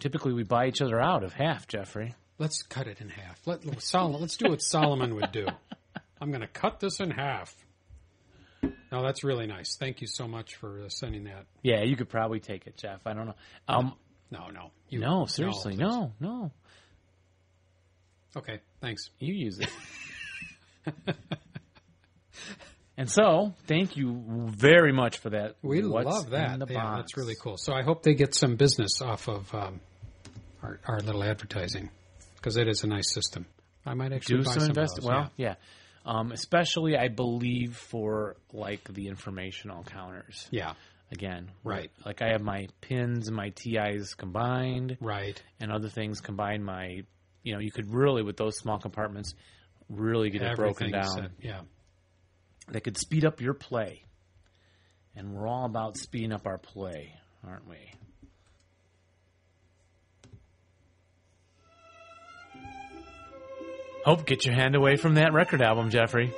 typically we buy each other out of half, Jeffrey.
Let's cut it in half. Let Solomon. Let's do what Solomon would do. I'm going to cut this in half. No, that's really nice. Thank you so much for uh, sending that.
Yeah, you could probably take it, Jeff. I don't know. Um,
No, no, you,
no, seriously,
please.
no, no.
Okay, thanks.
You use it. and so, thank you very much for that.
We
What's
love
in
that.
the
yeah,
box?
that's really cool. So I hope they get some business off of um, our, our little advertising because it is a nice system. I might actually
do
buy
some
some of
invest.
those,
Well, yeah, Um, especially I believe for like the informational counters.
yeah. yeah,
Again,
Right.
Like I have my pins and my TIs combined,
right.
and other things combined. My, you know, you could really with those small compartments really get it broken down.
Everything's set, yeah,
That could speed up your play, and we're all about speeding up our play, aren't we? Hope, get your hand away from that record album, Jeffrey.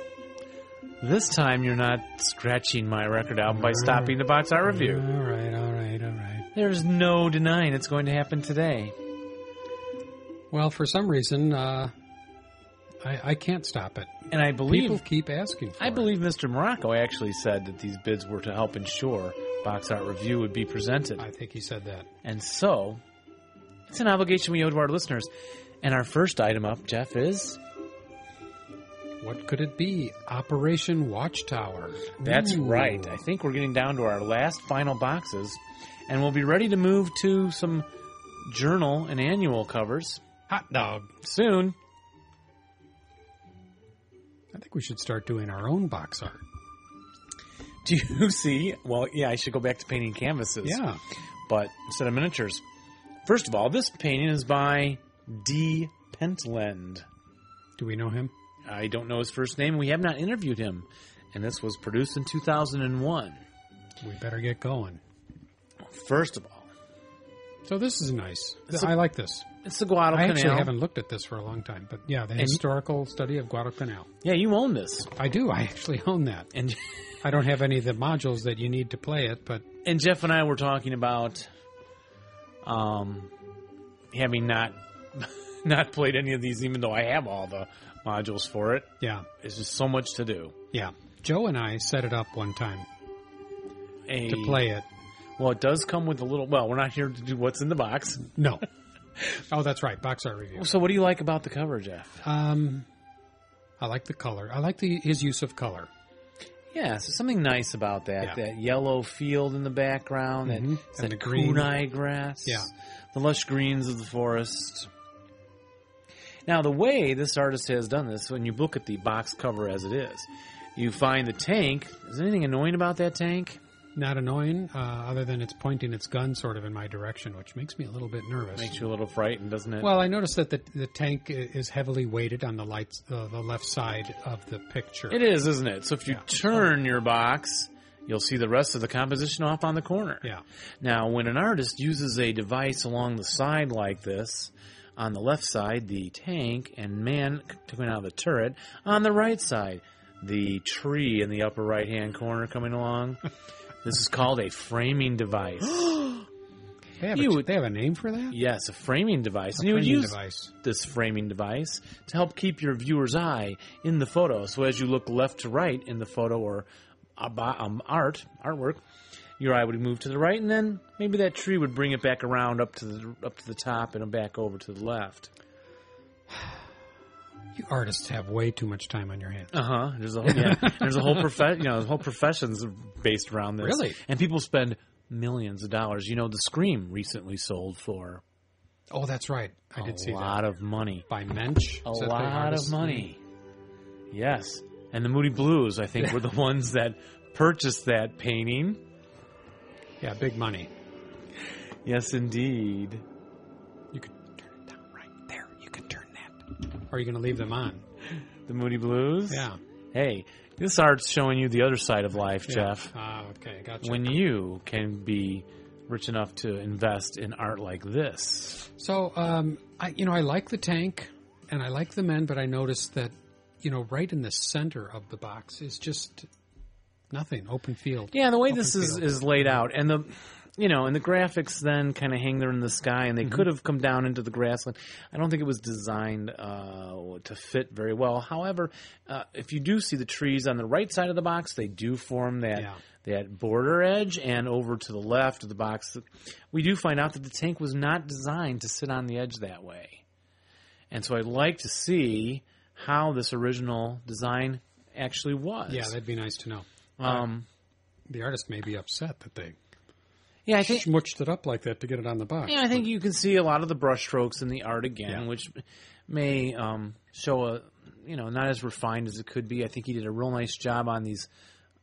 This time you're not scratching my record album by stopping the box art review.
All right, all right, all right.
There's no denying it's going to happen today.
Well, for some reason, uh, I, I can't stop it.
And I
People
believe
keep asking for
I
it.
believe Mr. Morocco actually said that these bids were to help ensure box art review would be presented.
I think he said that.
And so, it's an obligation we owe to our listeners. And our first item up, Jeff, is
What could it be? Operation Watchtower.
that's
Ooh.
right. I think we're getting down to our last final boxes, and we'll be ready to move to some journal and annual covers
Hot dog.
soon.
I think we should start doing our own box art.
Do you see? Well, yeah, I should go back to painting canvases.
Yeah.
but instead of miniatures. First of all, this painting is by D. Pentland.
Do we know him?
I don't know his first name. We have not interviewed him. And this was produced in 2001.
We better get going.
First of all,
So this is nice. I like this.
it's the Guadalcanal.
I actually haven't looked at this for a long time, but yeah, the historical study of Guadalcanal.
Yeah, you own this.
I do. I actually own that.
And
I don't have any of the modules that you need to play it, but
and Jeff and I were talking about um, having not not played any of these, even though I have all the modules for it.
yeah,
It's just so much to do.
yeah. Joe and I set it up one time
A,
to play it.
Well, it does come with a little. Well, we're not here to do what's in the box.
No. Oh, that's right. Box art review.
So, what do you like about the cover, Jeff?
Um, I like the color. I like the his use of color.
Yeah, so something nice about that.
Yeah.
That yellow field in the background, that,
Mhm.
it's
And
that
the green.
kunai grass.
Yeah.
The lush greens of the forest. Now, the way this artist has done this, when you look at the box cover as it is, you find the tank. Is there anything annoying about that tank?
Not annoying, uh, other than it's pointing its gun sort of in my direction, which makes me a little bit nervous.
Makes you a little frightened, doesn't it?
Well, I noticed that the the tank i- is heavily weighted on the lights, uh, the left side of the picture.
it is, isn't it? So if you
Yeah.
turn your box, you'll see the rest of the composition off on the corner.
Yeah,
Now, when an artist uses a device along the side like this, On the left side, the tank and man coming out of the turret. On the right side, the tree in the upper right hand corner coming along. this is called a framing device.
They have,
You
a,
would-
they have a name for that?
yes, a framing device. and you would
Framing
use
device.
this framing device to help keep your viewer's eye in the photo. So as you look left to right in the photo or ab- um, art artwork, your eye would move to the right, and then maybe that tree would bring it back around up to the up to the top and back over to the left.
You artists have way too much time on your hands.
Uh huh. There's a whole, yeah, there's a whole profe- you know, the whole professions based around this.
Really?
and people spend millions of dollars. You know, the Scream recently sold for
Oh, that's right. I
a
did see that.
lot of money.
By Mensch.
a
Is that the
lot of
artist's
money. Yes, and the Moody Blues, I think, were the ones that purchased that painting.
name? Yeah, big money.
Yes, indeed.
You can turn it down right there. You can turn that. Or are you going to leave them on?
The Moody Blues.
Yeah.
Hey, this art's showing you the other side of life, Jeff.
Ah, okay. Gotcha.
When you can be rich enough to invest in art like this.
So, um, I, you know, I like the tank and I like the men, but I noticed that, you know, right in the center of the box is just nothing, open field.
Yeah, the way this
Open
is,
field.
is laid out, and the you know, and the graphics then kind of hang there in the sky, and they
Mm-hmm.
could have come down into the grassland. I don't think it was designed uh, to fit very well. However, uh, if you do see the trees on the right side of the box, they do form that
Yeah.
that border edge, and over to the left of the box, we do find out that the tank was not designed to sit on the edge that way. And so, I'd like to see how this original design actually was.
Yeah, that'd be nice to know.
um,
The artist may be upset that they
yeah, I think
smooched it up like that to get it on the box.
Yeah, I think you can see a lot of the brushstrokes in the art again,
Yeah.
which may um, show a you know not as refined as it could be. I think he did a real nice job on these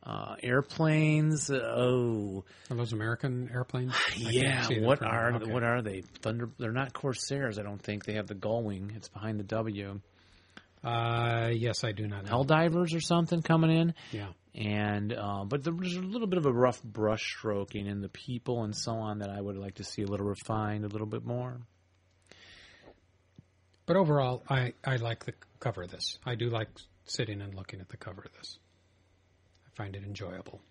uh, airplanes. Oh,
Are those American airplanes? I can't
yeah.
see them
What
from here.
are
Okay.
what are they? Thunder? They're not Corsairs. I don't think they have the gull wing. It's behind the W.
Uh, yes, I do not know.
Helldivers or something coming in.
Yeah.
and uh, but there was a little bit of a rough brush stroking in the people and so on that I would like to see a little refined, a little bit more.
But overall, I, I like the cover of this. I do like sitting and looking at the cover of this. I find it enjoyable.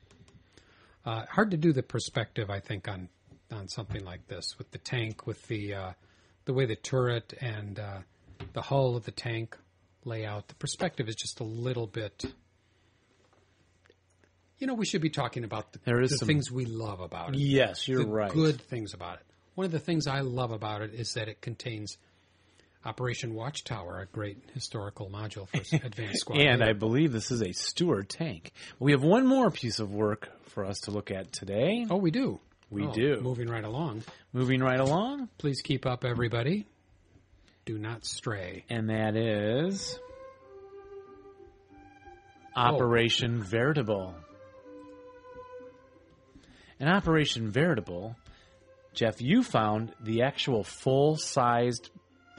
Uh, hard to do the perspective, I think, on on something like this with the tank, with the uh, the way the turret and uh, the hull of the tank lay out. The perspective is just a little bit. You know, we should be talking about the,
There is
the
some-
things we love about it
Yes, you're
the
right.
good things about it. One of the things I love about it is that it contains Operation Watchtower, a great historical module for Advanced Squad.
And I
Leader.
believe this is a Stewart tank. We have one more piece of work for us to look at today.
oh, we do.
We
Oh,
do.
Moving right along.
Moving right along,
Please keep up, everybody. Do not stray.
and that is Operation Veritable. And Operation Veritable, Jeff, you found the actual full sized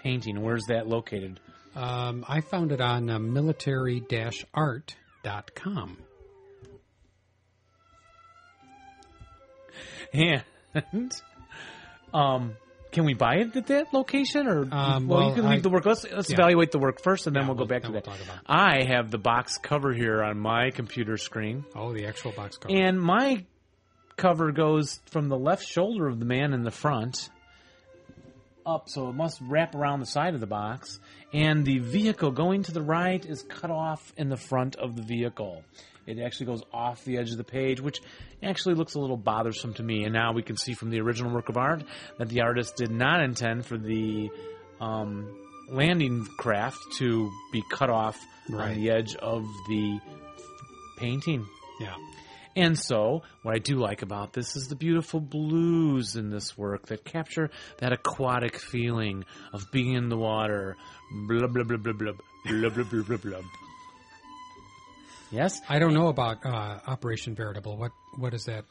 painting. Where's that located?
Um, I found it on uh, military-art.com.
And um, can we buy it at that location, or
Um,
well,
well,
you can leave
I-
the work. Let's let's
yeah.
evaluate the work first, and then we'll, go back
then
to
we'll
that.
talk about it.
I have the box cover here on my computer screen,
Oh, the actual box cover.
and my cover goes from the left shoulder of the man in the front up, so it must wrap around the side of the box, and the vehicle going to the right is cut off in the front of the vehicle. It actually goes off the edge of the page, which actually looks a little bothersome to me. And now we can see from the original work of art that the artist did not intend for the um, landing craft to be cut off
Right.
on the edge of the painting.
yeah.
And so, what I do like about this is the beautiful blues in this work that capture that aquatic feeling of being in the water. Blah blah blah blah blah blah blah blah blah. blah. Yes.
I don't know about uh, Operation Veritable. What what is that?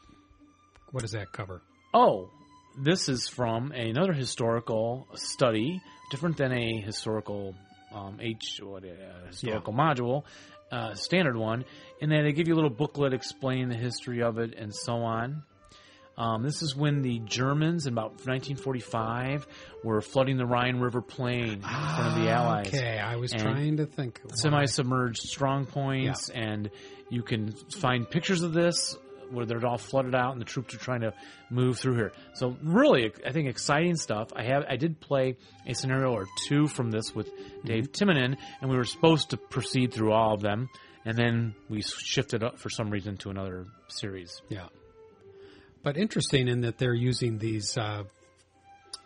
What does that cover?
Oh, this is from another historical study, different than a historical um, H what uh, historical module, uh, standard one, and then they give you a little booklet explaining the history of it and so on. Um, this is when the Germans, in about 1945, were flooding the Rhine River plain in front of the Allies.
Ah, Okay, I was
And
trying to think. why.
Semi-submerged strong points, and you can find pictures of this where they're all flooded out, and the troops are trying to move through here. So, really, I think exciting stuff. I have I did play a scenario or two from this with Dave
Mm-hmm.
Timonen, and we were supposed to proceed through all of them, and then we shifted up for some reason to another series.
Yeah. But interesting in that they're using these, uh,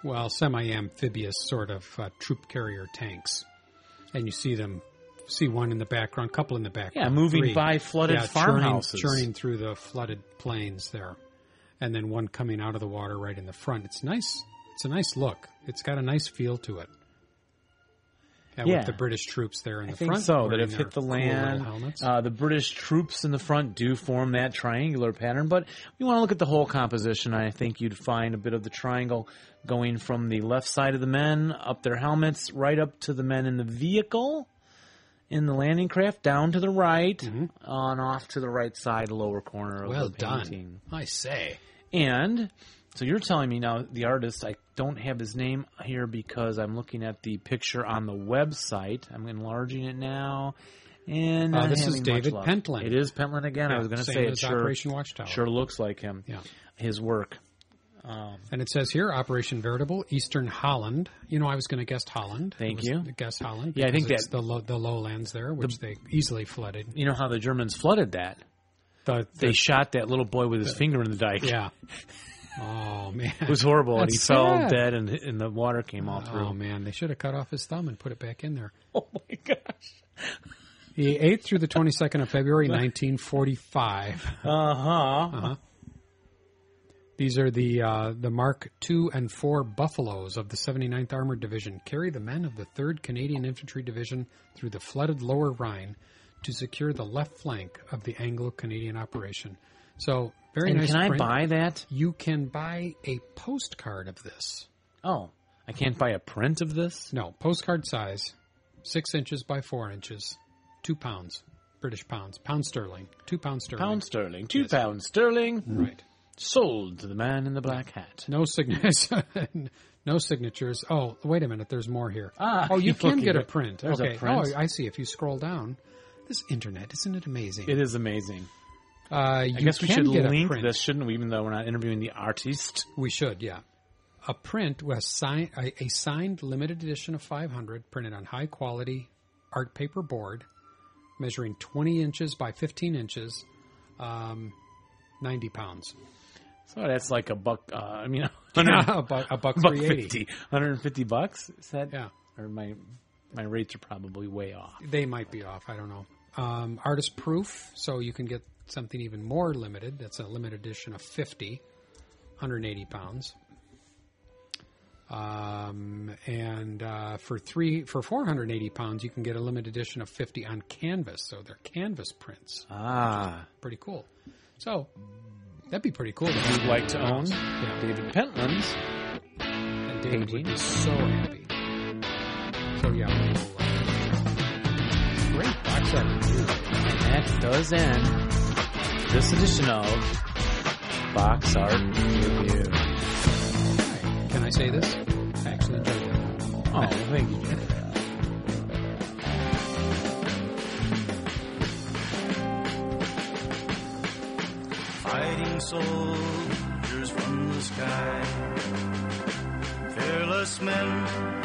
well, semi amphibious sort of uh, troop carrier tanks. And you see them, see one in the background, couple in the background.
Yeah, moving
three.
by flooded
yeah, churning,
farmhouses.
churning through the flooded plains there. And then one coming out of the water right in the front. It's nice. It's a nice look. It's got a nice feel to it. And
Yeah.
with the British troops there in
I
the
think
front.
so. That
wearing
have
their
hit the
cool little
land.
helmets.
Uh, the British troops in the front do form that triangular pattern, but we want to look at the whole composition. I think you'd find a bit of the triangle going from the left side of the men up their helmets, right up to the men in the vehicle, in the landing craft, down to the right, on off to the right side, lower corner of
Mm-hmm. well
the painting.
done. I say.
And so you're telling me now the artist, I don't have his name here because I'm looking at the picture on the website. I'm enlarging it now. And
Uh,
not
this is
having much
David
luck.
Pentland.
It is Pentland again. I was going to
Same
say it
as
sure,
Operation Watchtower.
sure looks like him.
Yeah.
His work.
And it says here, Operation Veritable, Eastern Holland. You know, I was going to guess Holland.
Thank
I was
you.
gonna Guess Holland.
Yeah, I
because
think
it's
that-
the low, the lowlands there, which they easily flooded.
You know how the Germans flooded that?
The,
They shot that little boy with his finger in the dike.
yeah. Oh man.
It was horrible, and he
That's
fell
sad.
dead, and, and the water came all through.
Oh man, they should have cut off his thumb and put it back in there.
Oh my gosh!
The 8th through the 22nd of February, 1945.
Uh huh.
Uh-huh. These are the uh, the Mark II and IV Buffaloes of the 79th Armored Division carry the men of the 3rd Canadian Infantry Division through the flooded Lower Rhine to secure the left flank of the Anglo-Canadian operation. So very
And
nice.
can I
print.
buy that?
You can buy a postcard of this.
Oh, I can't buy a print of this.
No, postcard size, six inches by four inches, two pounds, British pounds, pound sterling, two pounds sterling.
pound sterling, two pounds sterling,
Right.
sold to the man in the black hat.
No signatures. no signatures. Oh, wait a minute. There's more here.
Ah,
oh, you
keep
can
looking.
get a print.
There's a
okay.
print.
Oh, I see. If you scroll down, this internet isn't it amazing?
It is amazing.
uh, you
I guess we
can
should
get a
link
print.
this, shouldn't we? Even though we're not interviewing the artist.
We should. Yeah. A print was sign, a, a signed limited edition of 500 printed on high quality art paper board, measuring 20 inches by 15 inches, um, 90 pounds.
So that's like a buck. Uh, I mean, a hundred-
a buck, a buck
buck
380.
50, 150 bucks. Is that?
Yeah.
Or my my rates are probably way off.
they might be off. I don't know. Um, artist proof, so you can get something even more limited. That's a limited edition of 50, 180 pounds. Um, and uh, for three for 480 pounds, you can get a limited edition of 50 on canvas. So they're canvas prints.
Ah,
Pretty cool. So that'd be pretty cool. to
you'd like to own
Yeah.
David Pentland's.
And David would be so happy. So yeah, we'll, uh, great box art.
And that does end this edition of Box Art Review.
Can I say this? I actually enjoyed that.
Oh, thank you. Jeff.
fighting soldiers from the sky. Fearless men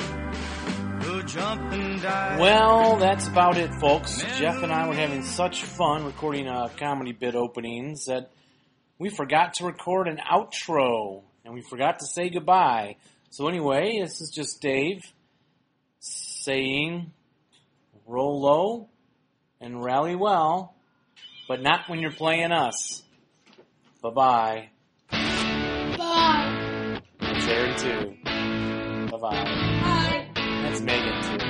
who jump and die.
Well, that's about it, folks. Jeff and I were having such fun recording uh, comedy bit openings that we forgot to record an outro and we forgot to say goodbye. So, anyway, this is just Dave saying roll low and rally well, but not when you're playing us. Bye bye.
Bye.
That's Aaron, too. Bye bye.
Bye.
That's Megan, too.